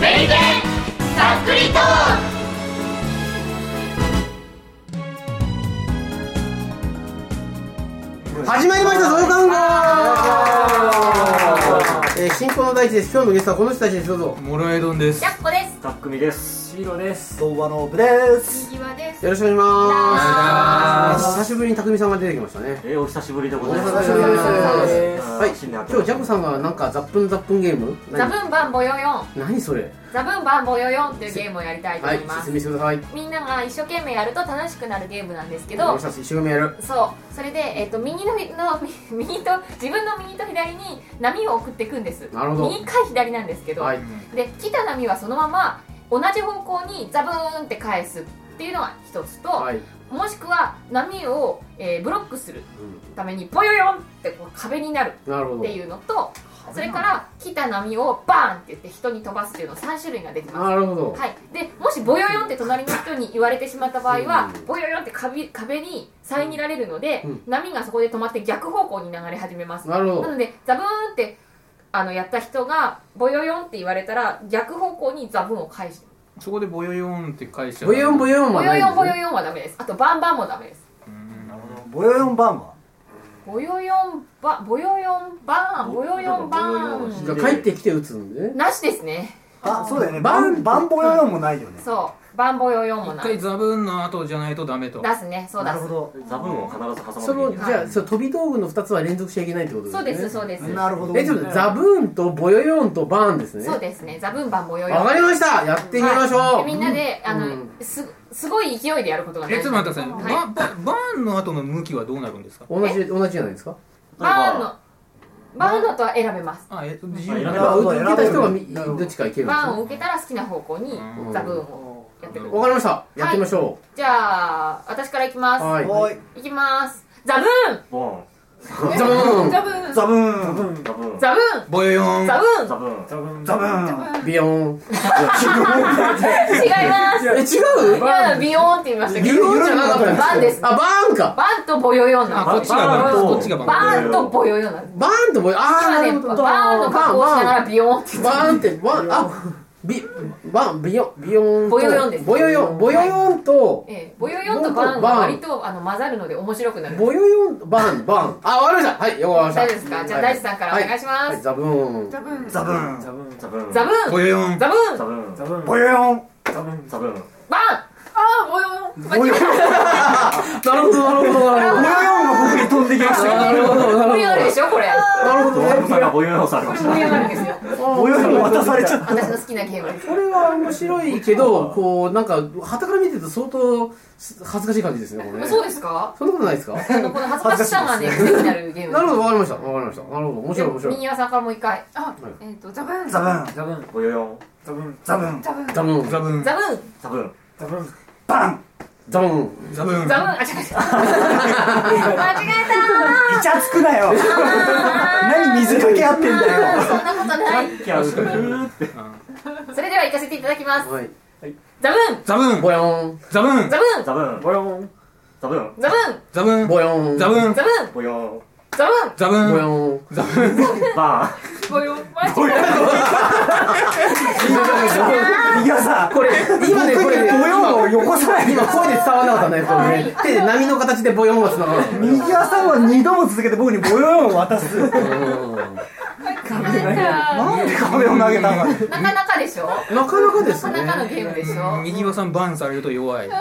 メリケンさっくりトー始まりました、その単語えー、進行の第一です。今日のゲストはこの人たちです。どうぞ。よモロエドンですジャッコですたっくみです。シーロです。童話の部です。右輪ですろしくお願いします。お願いします久しぶりに匠さんが出てきましたね。えー、お久しぶりでございおます。久しぶりですははいい、新年今明日けジャコさんがなんかザップンザップンゲームザ何ブンバンボヨヨン何それザブンバンボヨヨンっていうゲームをやりたいとは思いい、ます、説明してください。みんなが一生懸命やると楽しくなるゲームなんですけどどうした一生懸命やる。そうそれで、えっと右の の右右と自分の右と左に波を送っていくんですなるほど右か左なんですけど、はい。で来た波はそのまま同じ方向にザブーンって返すっていうのが一つと、はい。もしくは波を、えーブロックするためにボヨヨンってこう壁になるうんなるほっど。ていうのとそれから来た波をバーンって言って人に飛ばすっていうの3種類ができますなるほど。はい、でもしボヨヨンって隣の人に言われてしまった場合は、うんボヨヨンって壁壁に遮られるので、うん波がそこで止まって逆方向に流れ始めます、なるほなど。のでザブーンってあのやった人がボヨヨンって言われたら逆方向にザブーンを返してそこでボヨヨンって会社ボヨンボヨンボはヨないんヨンボでヨすね。ヨンはダメですあとバンバンもダメですなるほど。ボヨヨンバンは。ボヨヨンバボヨヨンバーンボヨヨンバボヨヨンーが帰ってきて打つんでンね。なしですねあ、そうだよね。ババンン、バンボヨヨンもないよね。そうバンボヨヨンも一ない回ザブンの後じゃないとダメと出すねそう出なるすほど。ザブンを必ずそ挟まの、なじきゃいけない。ゃあ、その飛び道具の二つは連続しちゃいけないってことですそうね。ですそうですなるほど。え、ちょっとザブーンとボヨヨンとバーンですね。そうですねザブンバンボヨヨンわかりましたやってみましょう、はいみんなで、あの、うんすすごい勢いでやることがえ大ちょ事っと待ってください、はい、バババーンの後の向きはどうなるんですか同じ、同じじゃないですかバーンのバーンのとは選べますあえ自由ななるああほど受けた人がみなるほどどっちかいけるんですバーンをね受けたら好きな方向にうんザブンをやってくるわかりましたやってみましょじゃあ私からいきまうす、はい、おい。い、きますザブボンザブーンザブーンザブーン。ン。ザブン。ザブーンボヨヨンザブーンザブン。ザブー ン。ビヨーン違いますえ違ういやビヨーンって言いましたビけヨどーンじゃなかったんバーンですあバーンかバーンとボヨヨンなあんこっでちすがバーンバーンこっちがババーンーンとボヨヨンなんですバーンとボヨあー今なねるほバどーンの格好をしながらビヨーンってバーンってバーンあビバーンビヨビヨーンとボヨヨンですボヨヨンボヨヨンとええ、ボヨヨンとバーンが割とあの混ざるので面白くなる。ボヨヨンバーンバーンあわかりましたはいよくわかりまし大丈夫ですたかじゃあ大地さんからお願いしますはい、ザブーンザブンザブーン。ザブン。ザブボンヨヨンザブンザブン。ザブン。ボヨヨン。ザブン。バンあー、ボヨヨン間違なるほどなるほど なるほボどヨヨンが僕に飛んできましたなよ。るほどなえた。盛り上がるるでしょこ れ。ほどドラムさんがボヨヨンされまし盛り上た。がるんですよ。ボヨヨン渡されちゃった。私の好きなゲームです。これは面白いけどこうなんか旗から見てると相当恥ずかしい感じですねこれねそうですかそんなことないですかあの、この恥ずかしさがね、癖になるゲーム。なるほどわかりましたわかりましたなるほど面白い面白い右輪さんからもう一回。あ、えっ、と、ザブン。ザブーン。ザブン。ボヨヨン。ザブン。ザブン。ザブン。ザブンザブンザブンザブン。ザブン。バン。ザブンザブンザブンあ、違え た。間違えたイチャつくなよ。何水かけ合ってんだよ。そんなことない。キャウフーって。それでは行かせていただきます。はいザブンザブンボヨンザブンザブンザブン。ボヨン。ザブン。ザブンザブンボヨンザブンザブンボヨザブンザブンボヨンザブンヨン。バボヨン間違えた。いやさ、これ今ねこ僕れにねボヨンをよこさない。今声で伝わらなかったねこれね手で波の形でボヨンは繋がらなかっ右側さんは二度も続けて僕にボヨヨンを渡す。たうんなんで壁を投げたのずっなかなかでしょなかなかですなねかなかのゲームでしょ右輪さんバーンされると弱いと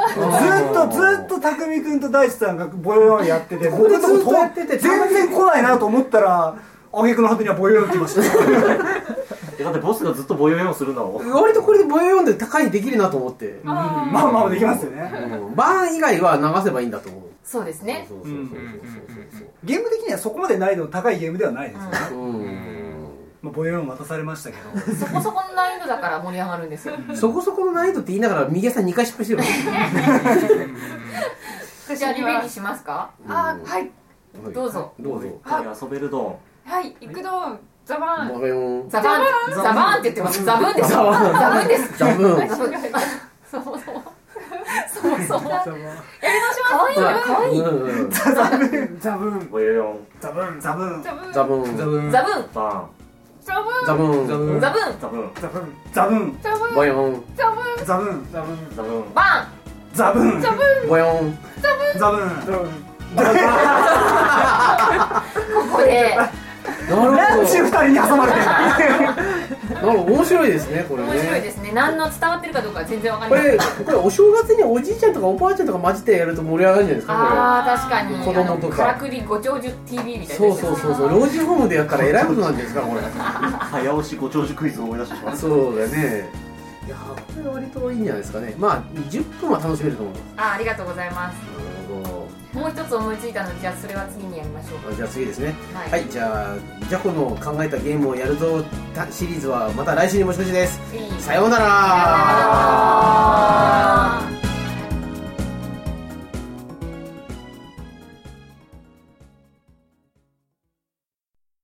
ずっと匠君と大地さんがボヨヨンやってて僕ずっとやってて全然来ないなと思ったら挙句の果てにはボヨヨン来ましたーン。えだってボスがずっとボヨヨンするのを。割とこれでボヨヨンで高いできるなと思ってうんまあまあできますよねバーン以外は流せばいいんだと思うそうですねそうそううんそうそうゲーム的にはそこまで難易度の高いゲームではないですよね、そううんまあ、ボヨヨン渡されましたけどそこそこの難易度だから盛り上がるんですよそこそこの難易度って言いながら右足さん2回失敗してる からねじゃあリベンジしますかあ、はい。どうぞどうぞ遊べるドン。はい、行くどん。ザババン。カヨンザバンザバンって言ってますザブンですザバンザブンですザブーンザブンそもそもそもそもやり直しますかわいいなかわいいうんザブン。ボヨヨン。ザブンザブンザブン。ザブーンザブンザブンバザブンザブンザブンザブンザブンザブンザブンザブンボヨンザブンザブンザブンザブンバンザブンザブボヨンザブンここでななるんちゅう二ほ人に挟まれてるどなるほど面白いですねこれね面白いですね何の伝わってるかどうかは全然わかんこないれこれお正月におじいちゃんとかおばあちゃんとか混じってやると盛り上がるんじゃないですかああ確かに子供とかあのからくりご長寿 TV みこたれいなそやうつそうそうそう老人ホームでやったらえらいことなんじゃないですかこれ早押しご長寿クイズを思い出してしまったそうだねいやこれ割といいんじゃないですかねまあ10分は楽しめると思いあますーありがとうございますなるほもう一つ思いついたのでじゃあそれは次にやりましょうどあじゃあ次ですねはい、はいじゃあジャコの考えたゲームをやるぞたシリーズはまた来週にもし越しですいいさようなさようならら